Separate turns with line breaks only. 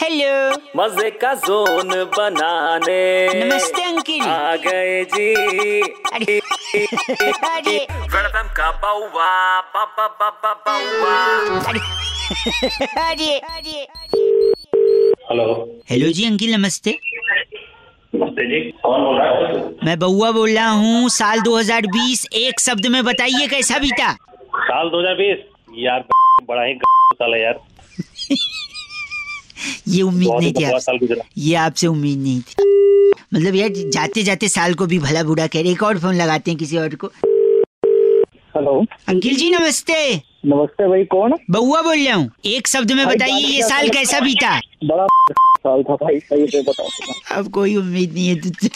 hello
मजे का zone बनाने
नमस्ते अंकिल
आ गए जी
अरे अरे
वेलकम का बाउवा बाबा बाबा बाउवा
अरे अरे
हेलो
हेलो जी अंकिल नमस्ते
नमस्ते जी कौन बोल रहा है
मैं बउआ बोल रहा हूँ साल 2020 एक शब्द में बताइए कैसा बीता
साल 2020 यार बड़ा ही साल है यार
ये उम्मीद
बहुत ही
नहीं थी
बकवास
आपसे
साल गुजरा
ये आपसे उम्मीद नहीं थी मतलब यार जाते जाते साल को भी भला बुरा कह रहे एक और फोन लगाते हैं किसी और को
हेलो
अंकिल जी नमस्ते
नमस्ते भाई कौन
बउआ बोल रहा हूँ एक शब्द में बताइए ये साल कैसा बीता
बड़ा साल था भाई सही से बताओ
अब कोई उम्मीद नहीं है तुझसे